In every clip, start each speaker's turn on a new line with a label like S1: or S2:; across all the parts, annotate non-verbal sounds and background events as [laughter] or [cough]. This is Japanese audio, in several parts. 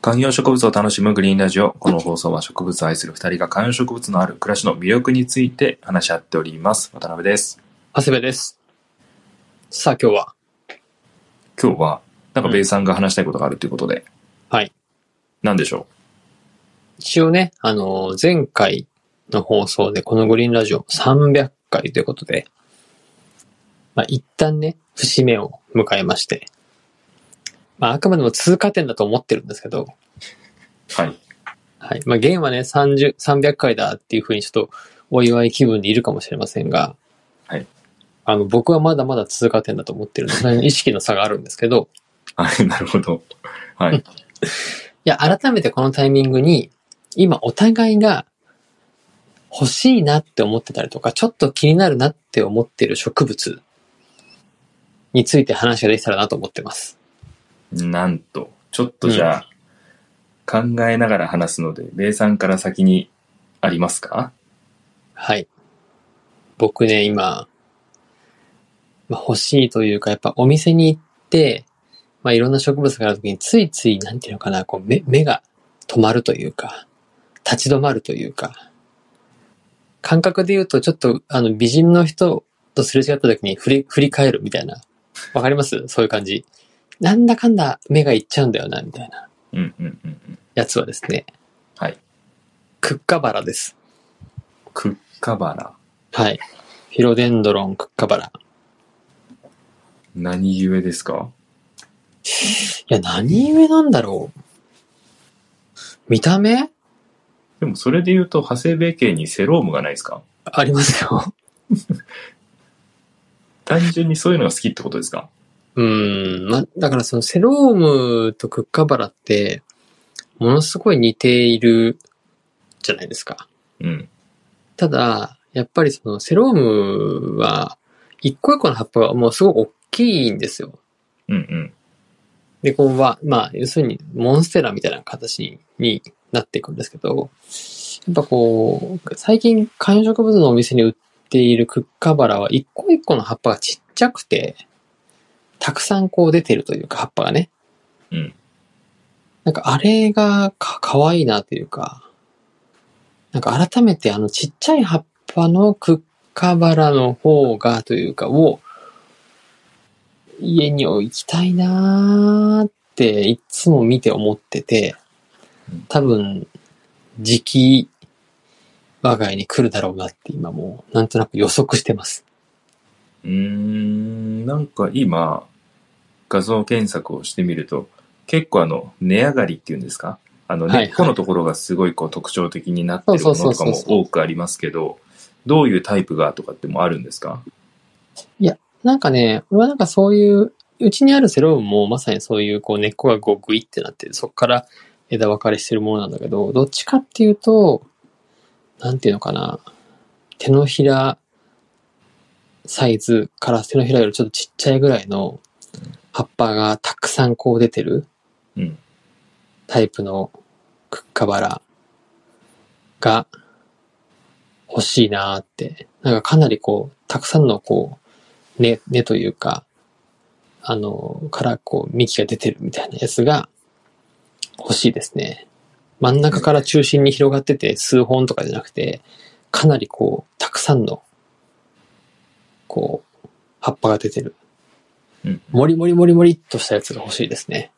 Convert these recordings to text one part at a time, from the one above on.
S1: 観葉植物を楽しむグリーンラジオ。この放送は植物を愛する二人が観葉植物のある暮らしの魅力について話し合っております。渡辺です。
S2: 長谷部です。さあ今日は、
S1: 今日は、なんか
S2: うん
S1: ベイさんが話したいことがあるということで。
S2: はい。
S1: なんでしょ
S2: 一応ね、あの、前回の放送でこのグリーンラジオ300回ということで、まあ一旦ね、節目を迎えまして、まああくまでも通過点だと思ってるんですけど、
S1: うはい。
S2: はい。まあ現はね、30、300回だっていうふうにちょっとお祝い気分でいるかもしれませんが、
S1: はい。
S2: あの、僕はまだまだ通過点だと思ってるんで、その辺の意識の差があるんですけど、
S1: はい、 [laughs] なるほど。はい。
S2: いや、改めてこのタイミングに、今お互いが欲しいなって思ってたりとか、ちょっと気になるなって思ってる植物について話ができたらなと思ってます。
S1: なんと、ちょっとじゃあ、考えながら話すので、ベイさんから先にありますか
S2: はい。僕ね、今、まあ、欲しいというか、やっぱお店に行って、まあ、いろんな植物があるときについつい、なんていうのかな、こう目、目が止まるというか、立ち止まるというか、感覚で言うと、ちょっと、あの、美人の人とすれ違ったときに振り、振り返るみたいな。わかりますそういう感じ。なんだかんだ目がいっちゃうんだよな、みたいな
S1: うんうんうんうん。
S2: やつはですね、
S1: はい。
S2: クッカバラです。
S1: クッカバラ。
S2: はい。フィロデンドロン、クッカバラ。
S1: 何故ですか
S2: いや、何故なんだろう。見た目
S1: でもそれで言うと、長谷部家にセロームがないですか
S2: ありますよ。
S1: 単純にそういうのが好きってことですか
S2: うーん。ま、だからそのセロームとクッカバラって、ものすごい似ているじゃないですか。
S1: うん。
S2: ただ、やっぱりそのセロームは、一個一個の葉っぱがもうすごい大きいんですよ。
S1: うんうん。
S2: で、こうは、まあ、要するに、モンステラみたいな形になっていくんですけど、やっぱこう、最近、観葉植物のお店に売っているクッカバラは、一個一個の葉っぱがちっちゃくて、たくさんこう出てるというか、葉っぱがね。
S1: うん。
S2: なんか、あれがか、かわいいなというか、なんか改めて、あの、ちっちゃい葉っぱのクッカバラの方が、というか、を、家に置きたいなーっていつも見て思ってて
S1: うん、
S2: 多分、時期、我が家に来るだろうなって今もう、なんとなく予測してます。
S1: うーん、なんか今、画像検索をしてみると、結構あの、根上がりっていうんですかあの、
S2: はいは
S1: 根
S2: い
S1: っこのところがすごいこう特徴的になってるも
S2: そう
S1: の
S2: そ
S1: と
S2: う
S1: か
S2: そうそう
S1: も多くありますけど、どういうタイプがとかってもあるんですか
S2: なんかね、俺はなんかそういう、うちにあるセロームもまさにそういうこう根っこがこうグイってなって、そこから枝分かれしてるものなんだけど、どっちかっていうと、なんていうのかな、手のひらサイズから手のひらよりちょっとちっちゃいぐらいの葉っぱがたくさんこう出てる
S1: うん。
S2: タイプのクッカバラが欲しいなーって。なんかかなりこう、たくさんのこう、根、根というか、あの、からこう、幹が出てるみたいなやつが欲しいですね。真ん中から中心に広がってて、数本とかじゃなくて、かなりこう、たくさんの、こう、葉っぱが出てる。
S1: うん。
S2: もりもりもりもりっとしたやつが欲しいですね。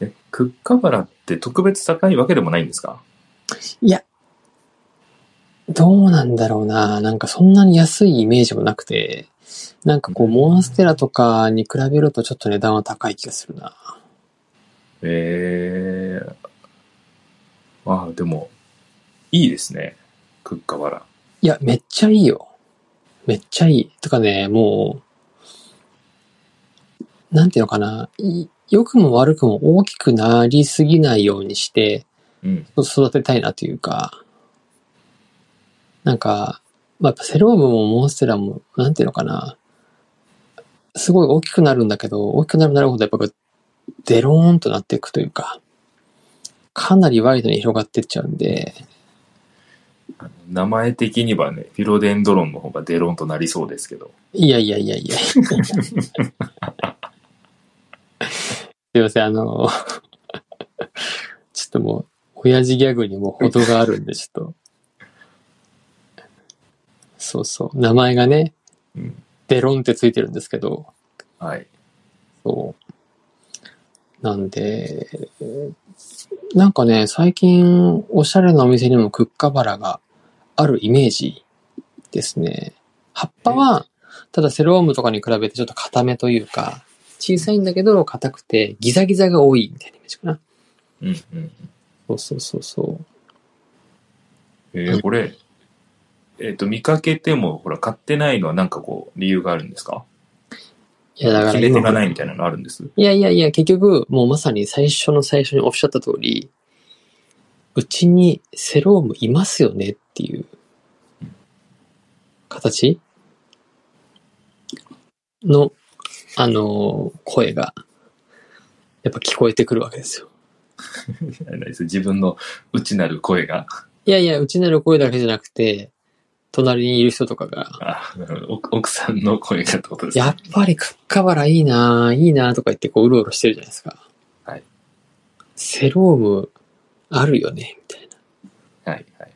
S1: え、クッカバラって特別高いわけでもないんですか
S2: どうなんだろうな。なんかそんなに安いイメージもなくて、なんかこう、モンステラとかに比べるとちょっと値段は高い気がするな。
S1: ええああ、でも、いいですね。クッカバラ。
S2: いや、めっちゃいいよ。めっちゃいい。とかね、もう、なんていうのかな。い良くも悪くも大きくなりすぎないようにして、
S1: うん。
S2: 育てたいなというか、なんか、まあ、やっぱセロームもモンステラも、なんていうのかな、すごい大きくなるんだけど、大きくなるなるほどやっぱこうデローンとなっていくというか、かなりワイドに広がってっちゃうんで、
S1: あの名前的にはね、フィロデンドロンの方がデロンとなりそうですけど。
S2: いやいやいや
S1: [laughs]
S2: いや。すいません、あの、ょっともう、親父ギャグにも程があるんで、ちょっと。そうそう。名前がね、
S1: うん
S2: デロンってついてるんですけど、
S1: はい。
S2: そう。なんで、なんかね、最近、おしゃれなお店にもクッカバラがあるイメージですね。葉っぱは、ただセロームとかに比べてちょっと硬めというか、小さいんだけど硬くてギザギザが多いみたいなイメージかな。
S1: うんうん。
S2: そうそうそうそう。
S1: えーこれ、えっ、と、見かけても、ほら、買ってないのはなんかこう、理由があるんですか
S2: いや、だから
S1: 決め手
S2: 今
S1: がないみたいなのあるんです。
S2: いやいやいや、結局、もうまさに最初の最初におっしゃった通り、うちにセロームいますよねっていう形の、あのー、声が、やっぱ聞こえてくるわけですよ。
S1: 何です自分の内なる声が。
S2: いやいや、うちなる声だけじゃなくて、隣にいる人とかが、
S1: あ、なるほど奥奥さんの声がってことですね
S2: やっぱりクッカバラいいなぁいいなぁとか言ってこううろうろしてるじゃないですか。
S1: はい。
S2: セロームあるよね、みたいな。
S1: はいはい。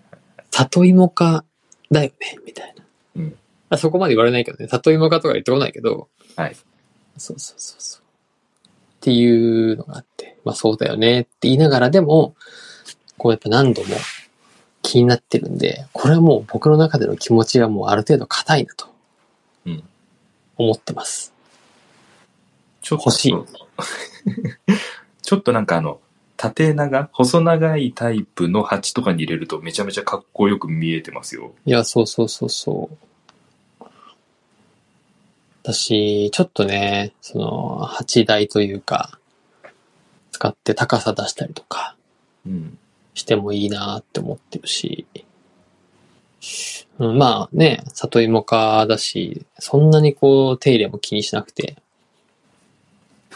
S2: 里芋かだよね、みたいな。
S1: うん
S2: あそこまで言われないけどね、里芋かとか言ってこないけど、
S1: はい。
S2: そうそうそうそう。っていうのがあって、まあそうだよねって言いながらでも、こうやっぱ何度も気になってるんで、これはもう僕の中での気持ちがもうある程度硬いなと
S1: うん。
S2: 思ってます。
S1: ちょっと
S2: 欲し
S1: [laughs]
S2: い
S1: ちょっとなんかあの、縦長、細長いタイプの鉢とかに入れるとめちゃめちゃかっこよく見えてますよ。
S2: いや、そうそうそうそう。私、ちょっとね、その、八台というか、使って高さ出したりとか
S1: うん。
S2: してもいいなって思ってるし、うん、まあね、里芋家だし、そんなにこう、手入れも気にしなくて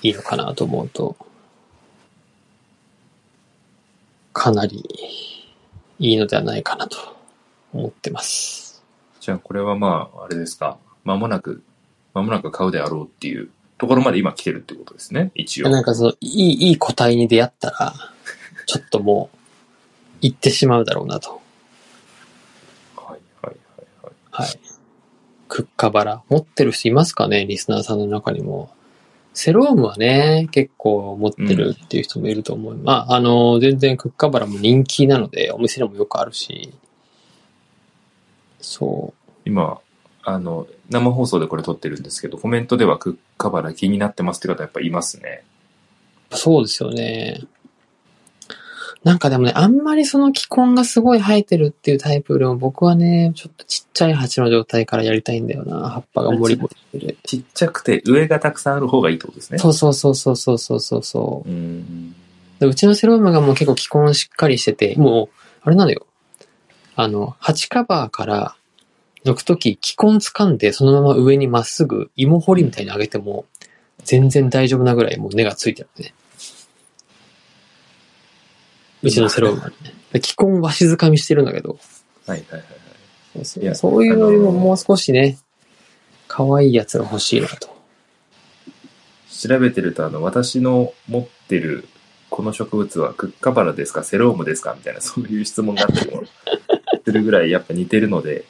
S2: いいのかなと思うと、かなりいいのではないかなと思ってます。
S1: じゃあこれはまあ、あれですか。間もなく、間もなく買うであろうっていうところまで今来てるってことですね。一応。
S2: なんかその、いい、いい個体に出会ったら、ちょっともう、行ってしまうだろうなと。
S1: はいはいはいはい。
S2: はい。クッカバラ。持ってる人いますかねリスナーさんの中にも。セロームはね、結構持ってるっていう人もいると思う。まあ、あの、全然クッカバラも人気なので、お店でもよくあるし。そ
S1: 今、あの、生放送でこれ撮ってるんですけど、コメントではクッカバラ気になってますって方やっぱいますね。
S2: う。そうですよね。なんかでもね、あんまりその気根がすごい生えてるっていうタイプよりも、僕はね、ちょっとちっちゃい鉢の状態からやりたいんだよな。葉っぱがモリモリしてる。
S1: ちっちゃくて上がたくさんある方がいいってことですね。
S2: そうそうそうそうそうそうそうそう
S1: うーん。
S2: で。うちのセロームがもう結構気根しっかりしてて、もう、あれなのよ。あの、鉢カバーから抜くとき、気根掴んで、そのまま上にまっすぐ芋掘りみたいに上げても、全然大丈夫なぐらいもう根がついてるね。うちのセロームはね。で気根は静かみしてるんだけど、
S1: はいはいはい。
S2: そ
S1: いや
S2: うそういうよりも
S1: あのー
S2: もう少しね、可愛いやつが欲しいなと。
S1: 調べてると、あの、私の持ってるこの植物はクッカバラですか、セロームですかみたいな、 [laughs] そういう質問があったりもするぐらいやっぱ似てるので、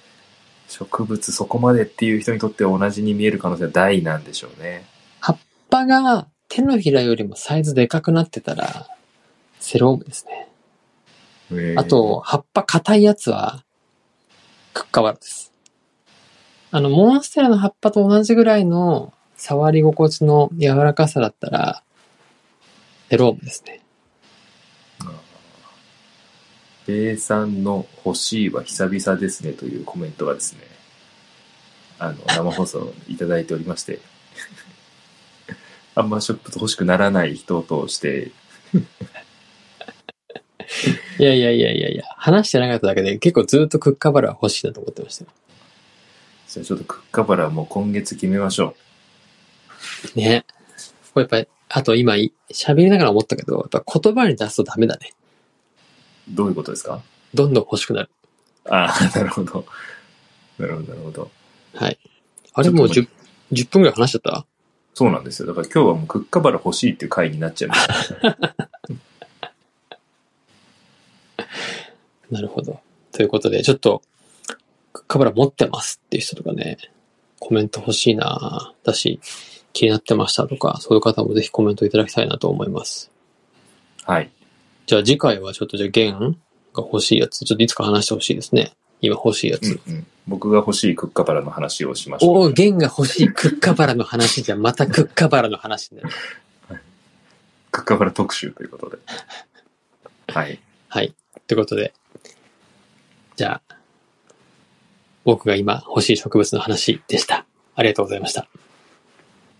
S1: 植物そこまでっていう人にとっては同じに見える可能性は大なんでしょうね。
S2: 葉っぱが手のひらよりもサイズでかくなってたら、セロームですね。あと、葉っぱ硬いやつは、クッカワラです。あの、モンステラの葉っぱと同じぐらいの触り心地の柔らかさだったら、セロームですね。
S1: ベイさんの欲しいは久々ですねというコメントがですね、あの、生放送いただいておりまして、 [laughs] あんまショップと欲しくならない人として、
S2: いやいやいやいやいや、話してなかっただけで結構ずっとクッカバラは欲しいなと思ってましたよ。
S1: じゃあちょっとクッカバラはもう今月決めましょ
S2: ね。これやっぱり、あと今い喋りながら思ったけど、やっぱ言葉に出すとダメだね。
S1: う。どういうことですか
S2: どんどん欲しくなる。
S1: ああ、 [laughs] なるほど。なるほど、なるほど。
S2: はい。あれもう
S1: ちょっ
S2: 10, 10分ぐらい話しちゃった
S1: そうなんですよ。だから今日はもうクッカバラ欲しいっていう回になっちゃいました。
S2: なるほど。ということで、ちょっと、クッカバラ持ってますっていう人とかね、コメント欲しいなだし、気になってましたとか、そういう方もぜひコメントいただきたいなと思います。
S1: はい。
S2: じゃあ次回はちょっとじゃあ弦が欲しいやつ、ちょっといつか話してほしいですね。今欲しいや
S1: う
S2: つ。
S1: んうん。僕が欲しいクッカバラの話をしましょう。
S2: おお、弦が欲しいクッカバラの話じゃ、またクッカバラの話になる。
S1: クッカバラ特集ということで。はい。
S2: はい。ということで。じゃあ、僕が今欲しい植物の話でした。ありがとうございました。